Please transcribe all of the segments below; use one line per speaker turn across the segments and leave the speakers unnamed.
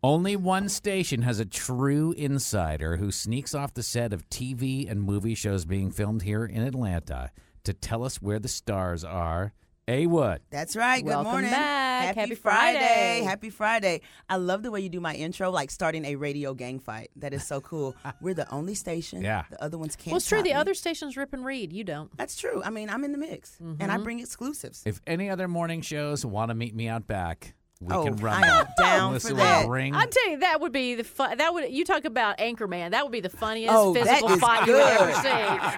Only one station has a true insider who sneaks off the set of TV and movie shows being filmed here in Atlanta to tell us where the stars are. A what?
That's right. Good
Welcome
morning.
back. Happy Friday.
Happy Friday. I love the way you do my intro, like starting a radio gang fight. That is so cool. We're the only station.
Yeah.
The other ones can't.
Well, it's true.
top
The
me.
other stations rip and read. You don't.
That's true. I mean, I'm in the mix, and I
Mm-hmm.
bring exclusives.
If any other morning shows want to meet me out back, we
Oh,
can run
I am
that.
down
Melissa
for
will
that.
Ring.
I'm telling you, that would be the fu- that would you talk about Anchorman? That would be the funniest
Oh, that
physical
is
fight you would ever
good.
see.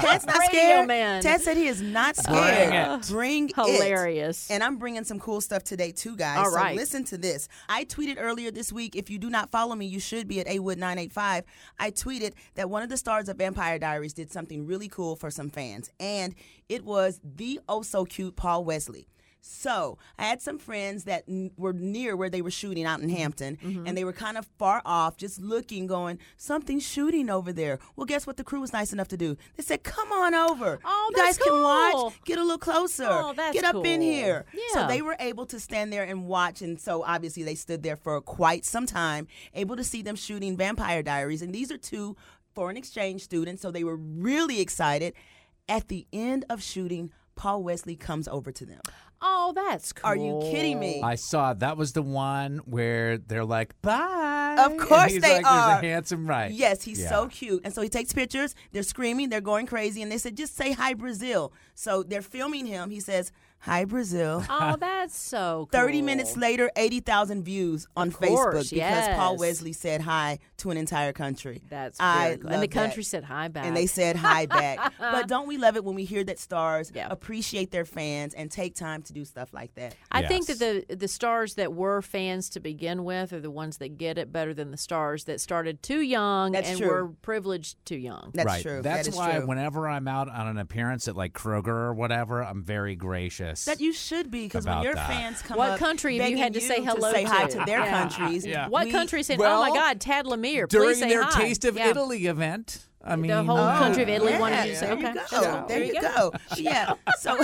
Ted's not
Radio
scared.
Man.
Ted said he is not
Bring
scared.
it.
Bring it.
Hilarious.
And I'm bringing some cool stuff today too, guys.
All
so
right.
listen to this. I tweeted earlier this week. If you do not follow me, you should be at Awood985. I tweeted that one of the stars of Vampire Diaries did something really cool for some fans, and it was the oh so cute Paul Wesley. So I had some friends that n- were near where they were shooting out in Hampton,
Mm-hmm.
and they were kind of far off, just looking, going, "Something's shooting over there." Well, guess what? The crew was nice enough to do. They said, "Come on over.
Oh,
you guys
that's
can
cool.
watch. Get a little closer.
Oh, that's
Get up in
cool.
here." So
Yeah.
they were able to stand there and watch, and so obviously they stood there for quite some time, able to see them shooting Vampire Diaries, and these are two foreign exchange students, so they were really excited. At the end of shooting, Paul Wesley comes over to them.
Oh, that's cool.
Are you kidding me?
I saw that was the one where they're like, bye.
Of
And
course
he's
they
like,
are.
There's a handsome right.
Yes, he's
Yeah.
so cute. And so he takes pictures. They're screaming. They're going crazy. And they said, just say hi, Brazil. So they're filming him. He says, hi, Brazil.
Oh, that's so. cool.
30 minutes later, 80,000 views on
course,
Facebook because Paul
yes.
Wesley said hi to an entire country.
That's
I
very cool.
love
and the
that.
country said hi back.
And they said hi back. but don't we love it when we hear that stars
Yeah.
appreciate their fans and take time to do stuff like that?
I think
Yes.
that the the stars that were fans to begin with are the ones that get it better than the stars that started too young
That's
and
true.
were privileged too young.
That's
right.
true.
That's
That is
why
true.
whenever I'm out on an appearance at like Kroger or whatever, I'm very gracious.
That you should be because when
About
your
that.
fans come
What
up
country have you
begging
had to say hello
say hi
to?
to their
Yeah.
countries,
Yeah.
What
we-
country said, "Oh
Well,
my God, Tad Lemire"?
during
please say
their
hi."
Taste of
Yeah.
Italy event. I mean,
the whole
oh.
country of Italy
yeah.
wanted you to say,
There
"Okay,
you go.
sure.
There you go. yeah. So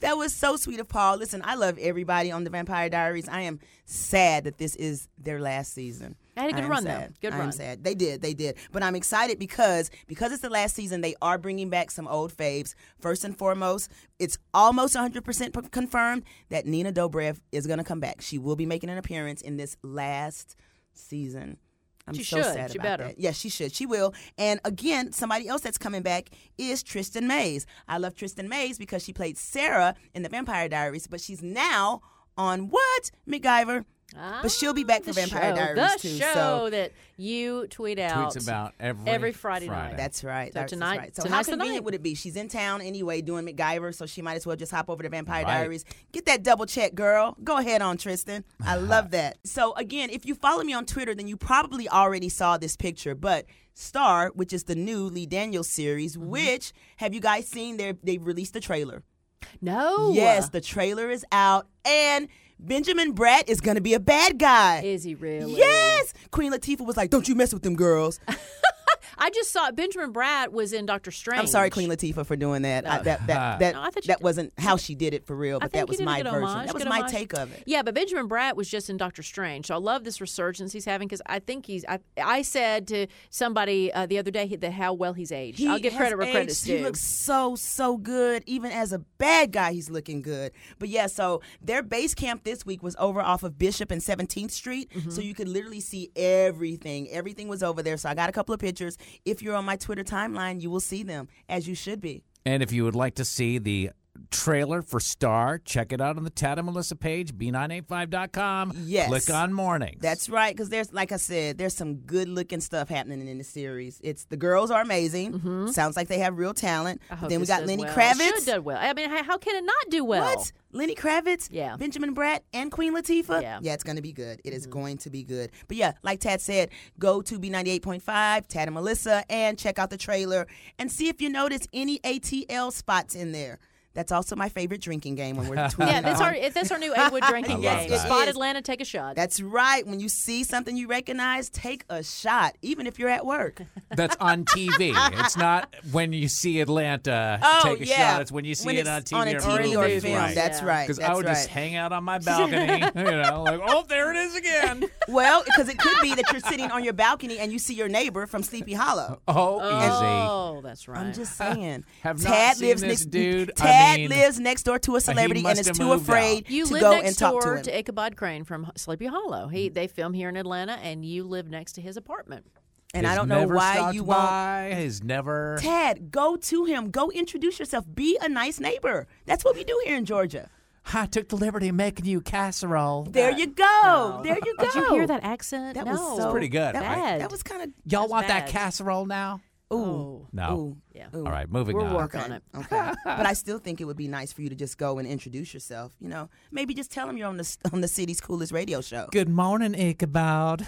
that was so sweet of Paul. Listen, I love everybody on the Vampire Diaries. I am sad that this is their last season.
They had a good
I am
run, though.
sad.
Good
I am
run.
sad. They did. They did. But I'm excited because because it's the last season. They are bringing back some old faves. First and foremost, it's almost 100 percent confirmed that Nina Dobrev is going to come back. She will be making an appearance in this last season. I'm
She
so
should.
sad
She
about
better.
that. Yes, she should. She will. And again, somebody else that's coming back is Tristan Mays. I love Tristan Mays because she played Sarah in The Vampire Diaries, but she's now on what? MacGyver. but she'll be back for
Ah, The
Vampire
show,
Diaries
the
too.
show
So
that you tweet out.
tweets about every,
every Friday night.
that's right.
So
that's
tonight-
right. So how
tonight's the
convenient
night.
would it be? She's in town anyway doing MacGyver, so she might as well just hop over to Vampire
Right.
Diaries. Get that double check, girl. Go ahead on Tristan. I love that. So again, if you follow me on Twitter, then you probably already saw this picture, but Star, which is the new Lee Daniels series,
Mm-hmm.
which have you guys seen? They they've released the trailer.
no.
Yes, the trailer is out, and Benjamin Bratt is going to be a bad guy.
Is he really?
Yes, Queen Latifah was like, "Don't you mess with them girls."
I just saw Benjamin Bratt was in Doctor Strange.
I'm sorry, Queen Latifah, for doing that. I, that that that,
No, I thought you
that
did.
wasn't how she did it for real,
I
but
think
that
you
was
did a
my
good
version.
homage,
that was
good
my
homage.
take of it.
Yeah, but Benjamin Bratt was just in Doctor Strange, so I love this resurgence he's having because I think he's. I, I said to somebody uh, the other day that how well he's aged. I'll give
has
credit where credit's
aged.
due.
He looks so so good, even as a bad guy. He's looking good. But yeah, so their base camp this week was over off of Bishop and 17th Street, so you could literally see everything. Everything was over there. So I got a couple of pictures. If you're on my Twitter timeline, you will see them as you should be.
And if you would like to see the trailer for Star. Check it out on the Tad and Melissa page, b985.com.
Yes.
Click on mornings.
That's right, because there's, like I said, there's some good looking stuff happening in the series. It's the girls are amazing. Sounds like they have real talent.
Mm-hmm. I
But
hope
then we
this
got
does
Lenny
well. Should
Kravitz.
do well. I mean, how, how can it not do well?
What? Lenny Kravitz,
Yeah.
Benjamin Bratt, and Queen Latifah.
Yeah. Mm-hmm.
it's going to be good. It is going to be good. But yeah, like Tad said, go to B98.5, Tad and Melissa, and check out the trailer and see if you notice any ATL spots in there. That's also my favorite drinking game when we're tweeting.
Yeah, that's
on.
our that's our new Edwood
I
drinking
love
game.
that.
Spot
It is.
Atlanta, take a shot.
That's right. When you see something you recognize, take a shot, even if you're at work.
That's on TV. it's not when you see Atlanta
Oh,
take a
yeah.
shot. It's when you see
When
it
it's
on TV,
on a
or,
TV
in
or
movies,
film.
Right.
That's right.
Because I
that's
would
right.
just hang out on my balcony, you know, like, oh, there it is again.
Well, because it could be that you're sitting on your balcony and you see your neighbor from Sleepy Hollow.
Oh, easy.
oh, that's right.
I'm just saying.
Have not
Tad
seen
lives
this
next.
dude. I
Tad
mean,
lives next door to a celebrity and
must
is
have
too
moved
afraid
you
to
live
go
next
and talk
door
to him. Mm.
Ichabod Crane from Sleepy Hollow. He they film here in Atlanta, and you live next to his apartment.
and I
Has
don't know
never
why
stopped
you won't.
by, Has never.
Tad, go to him. Go introduce yourself. Be a nice neighbor. That's what we do here in Georgia.
I took the liberty of making you casserole.
There you go. There you go.
Did you hear that accent?
That
no.
was so
pretty good,
That,
right?
that was kind of.
Y'all
That's
want that
bad.
casserole now?
Ooh.
Oh.
No.
Ooh.
Yeah.
Ooh.
All right, moving
We'll
on.
work on it.
Okay. but I still think it would be nice for you to just go and introduce yourself. You know, maybe just tell them you're on the on the city's coolest radio show.
Good morning, Ichabod.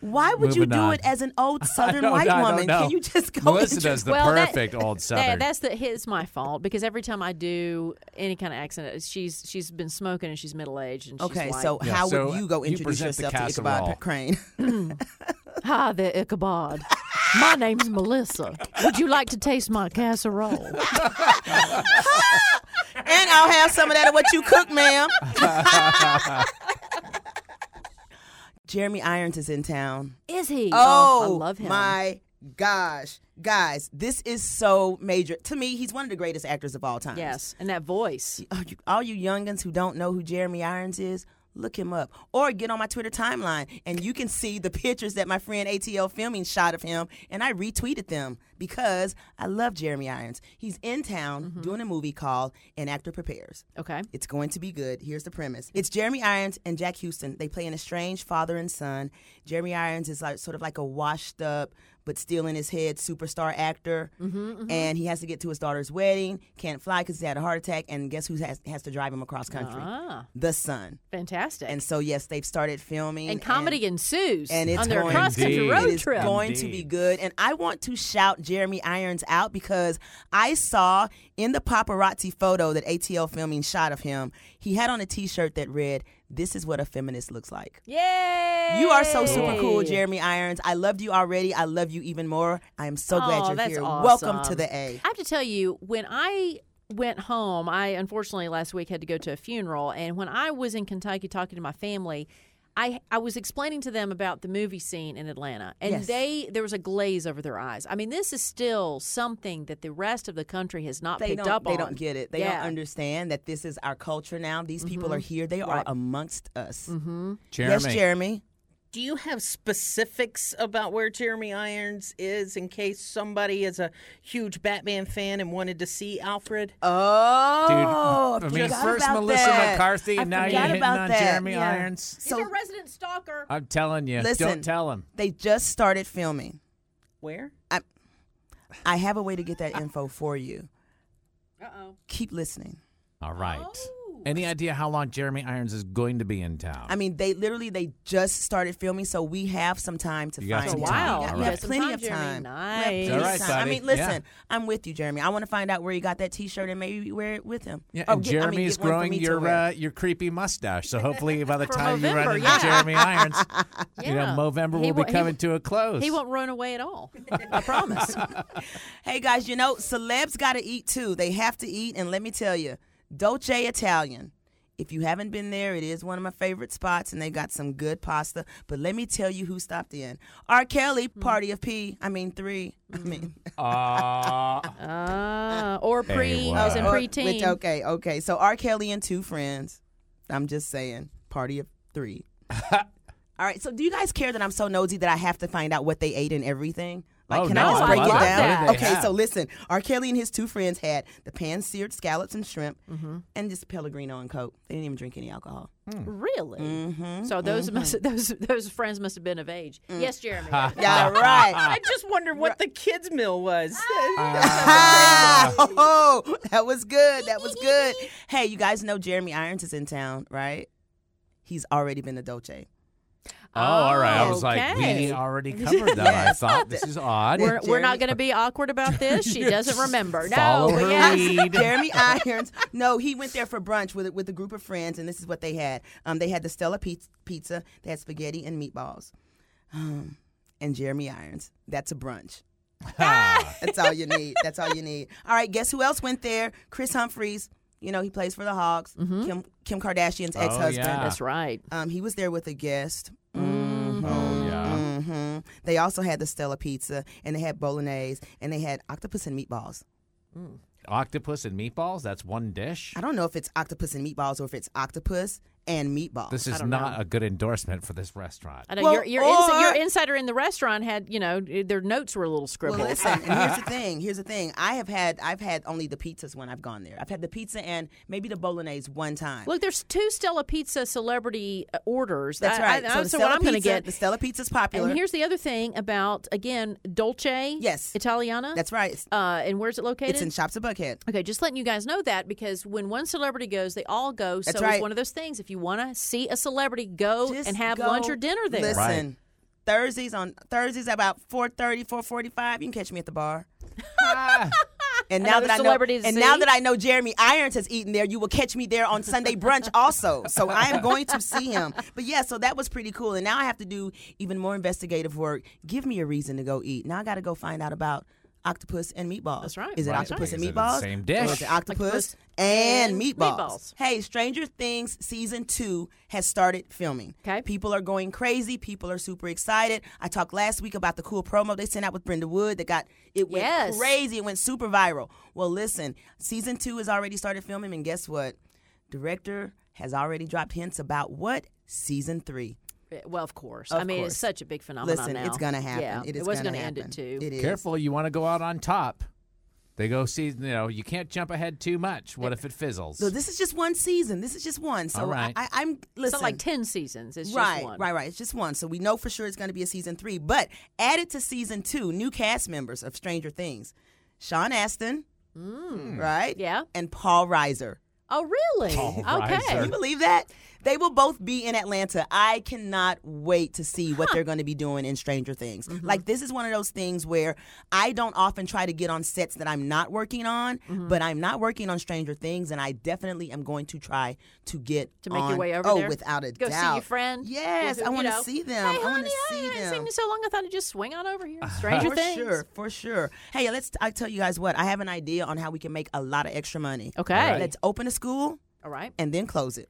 Why would you
Moving
do
on.
it as an old
I
Southern
don't-
white
I don't
woman?
know.
Can you just go?
Melissa
introduce-
does the
well, that-
perfect old Southern.
That, that's the it's my fault because every time I do any kind of accent, uh, she's she's been smoking and she's middle aged and she's
Okay,
white.
so
Yeah,
how
so uh,
would you go
you
introduce
present the
yourself to Ichabod
casserole.
P- Crane?
Hi there, Ichabod. My name's Melissa. Would you like to taste my casserole?
and I'll have some of that of what you cook, ma'am. Jeremy Irons is in town.
Is he?
Oh,
I love him.
my gosh. Guys, this is so major. To me, he's one of the greatest actors of all time.
Yes, and that voice.
Oh, you- all you youngins who don't know who Jeremy Irons is, look him up or get on my Twitter timeline and you can see the pictures that my friend ATL Filming shot of him and I retweeted them because I love Jeremy Irons. He's in town doing a movie called An Actor Prepares.
Okay.
It's going to be good. Here's the premise. It's Jeremy Irons and Jack Houston. They play an estranged father and son. Jeremy Irons is like sort of like a washed up but still in his head superstar actor,
Mm-hmm,
and he has to get to his daughter's wedding. Can't fly because he had a heart attack, and guess who has, has to drive him across country?
Ah,
The son.
fantastic.
And
And,
so yes, they've started filming
comedy ensues
and it's
on their
going-
cross country
Indeed.
road
it is
trip.
going to be
Indeed.
good. And I want to shout Jeremy Irons out because I saw in the paparazzi photo that ATL filming shot of him, he had on a t shirt that read, This is what a feminist looks like.
Yay!
You are so super cool, Jeremy Irons. I loved you already. I love you even more. I am so glad
Aw,
you're
that's
here.
awesome.
Welcome to the A.
I have to tell you, when I went home, I unfortunately last week had to go to a funeral, and when I was in Kentucky talking to my family, I I was explaining to them about the movie scene in Atlanta, and
Yes.
they there was a glaze over their eyes. I mean, this is still something that the rest of the country has not
They
picked
don't,
up
they
on.
don't get it. They
Yeah. Mm-hmm.
don't understand that this is our culture now. These people are here. They are amongst us.
Mm-hmm. Jeremy.
Yes, Jeremy.
Do you have specifics about where Jeremy Irons is in case somebody is a huge Batman fan and wanted to see Alfred?
Dude,
Oh,
I mean,
forgot
first
about
Melissa
that.
McCarthy,
I
and now you're
forgot
hitting
about
on
that.
Jeremy
Yeah.
Irons.
So
resident stalker.
I'm telling you,
Listen.
don't tell him.
they just started filming.
Where?
I have a way to get that info for you.
Uh oh.
Keep listening.
All right. Any idea how long Jeremy Irons is going to be in town?
Oh. I mean, they literally they just started filming, so we have some time to
You got
find
some
out.
time. Wow.
We, got- we
You
have
got
some
plenty
time,
of
Jeremy.
time. We
Nice.
have plenty
All
of
right,
time. I
buddy.
mean, listen,
Yeah.
I'm with you, Jeremy. I want to find out where you got that T-shirt and maybe wear it with him.
yeah,
Oh,
and
get- I mean,
Jeremy is
get one for
growing
me to
your
wear.
uh, your creepy mustache. So hopefully, by the
For
time you
Movember,
run into
yeah.
Jeremy Irons,
Yeah.
you know, Movember
He
will
won't-
be
he
coming
won't-
to a close.
He won't run away at all. I promise.
Hey guys, you know, celebs got to eat too. They have to eat, and let me tell you, Dolce Italian. If you haven't been there, it is one of my favorite spots, and they got some good pasta. But let me tell you who stopped in: R. Kelly, Party of P. I mean three. I mean,
Uh,
Uh, or
Hey,
pre. I was in
wow.
or-
preteen.
which- Uh, okay, okay. So R. Kelly and two friends. I'm just saying, Party of three. All right. So do you guys care that I'm so nosy that I have to find out what they ate and everything? Like,
Oh,
can
no,
I just
I
break it
love
down?
that. What do
they
Okay,
have?
so listen. R. Kelly and his two friends had the pan-seared scallops and shrimp, and just Pellegrino and Coke. They didn't even drink any alcohol.
Hmm.
Really?
Mm-hmm.
So those must those those friends must have been of age.
Mm.
Yes, Jeremy.
Oh,
Yeah, right.
I just wonder what the kids' meal was.
Ah, oh, that was good. That was good. Hey, you guys know Jeremy Irons is in town, right? He's already been to Dolce.
Oh, all right. I was like,
Oh, Okay.
we already covered that. I thought this is odd.
We're, we're
Jeremy.
not going to be awkward about this. She doesn't remember. No,
Follow
but
her
yes.
lead.
Jeremy Irons. No, he went there for brunch with with a group of friends, and this is what they had. Um, they had the Stella Piz- pizza. They had spaghetti and meatballs. Um, and Jeremy Irons. That's a brunch.
Oh,
That's all you need. That's all you need. All right. Guess who else went there? Chris Humphreys. You know he plays for the Hawks. Kim Kim Kardashian's ex husband.
yeah.
That's right.
Um, he was there with a guest.
Oh, yeah.
hmm They also had the Stella pizza, and they had bolognese, and they had octopus and meatballs.
Octopus and meatballs. That's one dish.
I don't know if it's octopus and meatballs or if it's octopus and meatballs.
This is not a good endorsement for this restaurant.
I know
Well,
your your, ins- your
or-
insider in the restaurant had you know their notes were a little
well,
scribbled.
listen, and here's the thing. Here's the thing. I have had I've had only the pizzas when I've gone there. I've had the pizza and maybe the bolognese one time.
Look, there's two Stella Pizza celebrity uh, orders.
That's
I-
right.
I-
so the
so
Stella
what I'm going to
pizza-
get.
the Stella pizza's popular.
And here's the other thing about again Dolce.
Yes.
Italiana.
That's right. It's,
Uh, and where's it located?
it's in Shops of Buckhead.
Okay, just letting you guys know that because when one celebrity goes, they all go. So
That's
it's
right.
one of those things. If you want to see a celebrity, go
Just
and have
go
lunch or dinner there.
Listen.
Right.
Thursdays on Thursdays about 4:30, 4:45, you can catch me at the bar.
Ah,
And now
Another
that I know,
celebrity to
and now
see.
that I know Jeremy Irons has eaten there, you will catch me there on Sunday brunch also. So I am going to see him. But yeah, so that was pretty cool. And now I have to do even more investigative work. Give me a reason to go eat. Now I got to go find out about octopus and meatballs.
That's right.
Is it
Right.
octopus and
Is it the
meatballs?
same
Or
dish?
is it octopus,
Octopus
and,
and
meatballs.
meatballs.
Hey, Stranger Things season two has started filming.
Okay.
People are going crazy. People are super excited. I talked last week about the cool promo they sent out with Brenda Wood that got it went
Yes.
crazy. It went super viral. Well, listen, season two has already started filming, and guess what? Director has already dropped hints about what season three.
Well, of course. I
Of
mean,
course.
it's such a big phenomenon.
Listen,
now.
it's gonna happen.
Yeah,
it is
was
gonna
gonna end
happen.
it too.
It is.
careful. You want to go out on top. They go see, you know, you can't jump ahead too much. What if it fizzles?
So this is just one season. This is just one. So
All right.
I, I, am listen.
It's not like ten seasons. It's
right,
just one.
right, right. It's just one. So we know for sure it's going to be a season three. But added to season two, new cast members of Stranger Things: Sean Astin, right?
Mm. Yeah.
and Paul Reiser.
Oh, really?
Paul
okay.
Reiser.
Can you believe that? They will both be in Atlanta. I cannot wait to see what they're going to be doing in Stranger Things.
Mm-hmm.
Like, this is one of those things where I don't often try to get on sets that I'm not working on,
Mm-hmm.
but I'm not working on Stranger Things, and I definitely am going to try to get
To make your
on-
way over
oh,
there?
without a
Go see
doubt.
your friend?
Yes,
Go see-
I
you
want to
know,
see them.
Hey,
I want
honey,
to
I
see
haven't
them.
seen you so long. I thought I'd just swing on over here. Stranger
for
Things.
sure, for sure. Hey, let's. I tell you guys what. I have an idea on how we can make a lot of extra money.
Okay. All right.
Let's open a school
All right.
and then close it.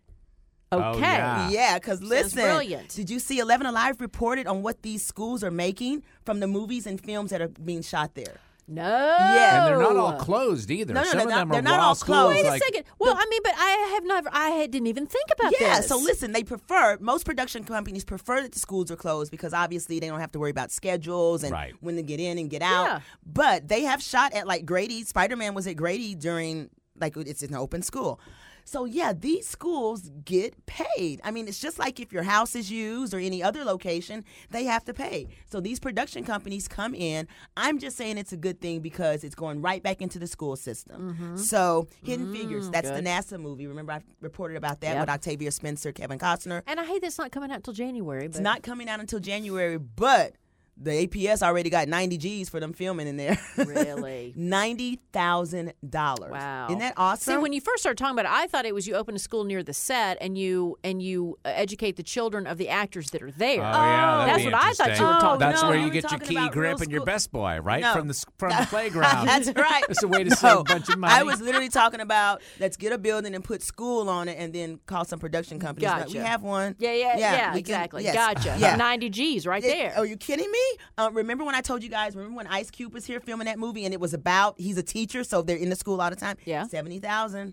Okay.
Oh, yeah.
Yeah, because listen,
Ah, brilliant.
did you see Eleven Alive reported on what these schools are making from the movies and films that are being shot there?
No.
and they're not all closed either.
No, no,
Some
they're
of
not-
them
they're
are
not
while
all
school is
Wait
closed.
a
like,
second. Well, I mean, but I have never. I had- didn't even think about
Yeah,
this.
so listen, they prefer most production companies prefer that the schools are closed because obviously they don't have to worry about schedules and
Right.
when to get in and get out.
Yeah.
But they have shot at like Grady. Spider Man was at Grady during like it's an open school. So yeah, these schools get paid. I mean, it's just like if your house is used or any other location, they have to pay. So these production companies come in. I'm just saying it's a good thing because it's going right back into the school system.
Mm-hmm.
So Hidden Figures, that's the NASA movie. Remember I reported about that
Mm, Yep.
with Octavia Spencer, Kevin Costner.
And I hate that's not coming out till January. But
It's not coming out until January, but the APS already got 90 G's for them filming in there.
really.
Ninety thousand dollars.
Wow.
isn't that awesome?
See, when you first started talking about it, I thought it was you open a school near the set and you and you uh, educate the children of the actors that are there.
Oh, yeah, that'd
that's
be
what I thought you
interesting.
were
Oh,
talking
That's
about.
where
we
you
were
get your
talking
key
about
grip
real
and your
school-
best boy, right
No.
from the s- from the playground.
That's right.
It's a way to
No.
save a bunch of money.
I was literally talking about let's get a building and put school on it, and then call some production companies. Like, we
Gotcha.
have one.
Yeah, yeah, yeah,
we can-
exactly.
yes.
Gotcha.
Yeah. oh,
90 G's right
It-
there.
Are you kidding me? Uh, remember when I told you guys? Remember when Ice Cube was here filming that movie, and it was about he's a teacher, so they're in the school all the time.
Yeah.
seventy thousand.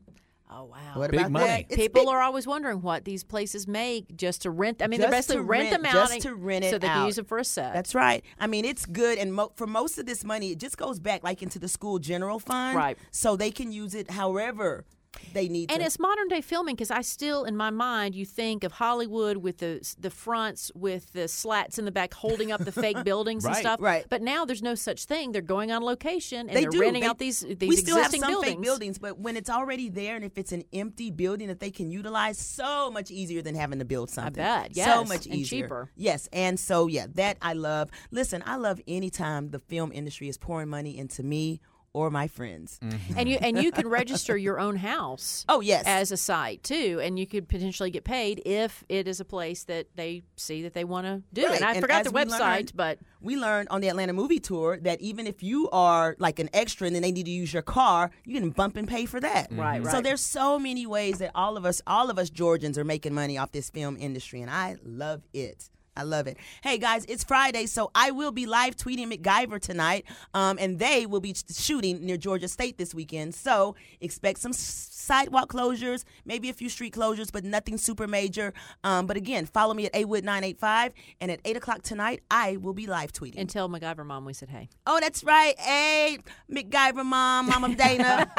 Oh wow!
Big money.
It's
People
big-
are always wondering what these places make just to rent. I mean, they're
Just to
basically rent,
rent-
them out
just
and-
to rent it
so they can
out.
use it for a set.
That's right. I mean, it's good, and mo- for most of this money, it just goes back like into the school general fund,
Right.
So they can use it however they need.
and
to.
it's modern day filming because I still, in my mind, you think of Hollywood with the the fronts with the slats in the back holding up the fake buildings and
Right.
stuff.
Right.
But now there's no such thing. They're going on location and
they
are
do
renting
They-
out these these
we still have
existing
some
buildings.
fake buildings, but when it's already there and if it's an empty building that they can utilize, so much easier than having to build something.
bet,
so
yes,
much
and
easier,
cheaper.
Yes, and so yeah, that I love. Listen, I love any time the film industry is pouring money into me or my friends.
and you and you can register your own house.
Oh yes,
As a site too, and you could potentially get paid if it is a place that they see that they want to do.
Right,
And I
and as
forgot the
we
website,
learned-
but
we learned on the Atlanta movie tour that even if you are like an extra and then they need to use your car, you can bump and pay for that.
Right,
So
right.
there's so many ways that all of us, all of us Georgians, are making money off this film industry, and I love it. I love it. Hey guys, it's Friday, so I will be live tweeting MacGyver tonight, um, and they will be shooting near Georgia State this weekend. So expect some s- sidewalk closures, maybe a few street closures, but nothing super major. Um, but again, follow me at awood985, and at eight o'clock tonight, I will be live tweeting.
and tell MacGyver mom we said hey.
Oh, that's right. Hey, MacGyver mom, Mama Dana.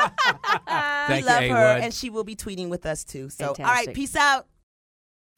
Thank
we love
you,
her,
Haywood.
and she will be tweeting with us too. So, all right,
Fantastic.
peace out.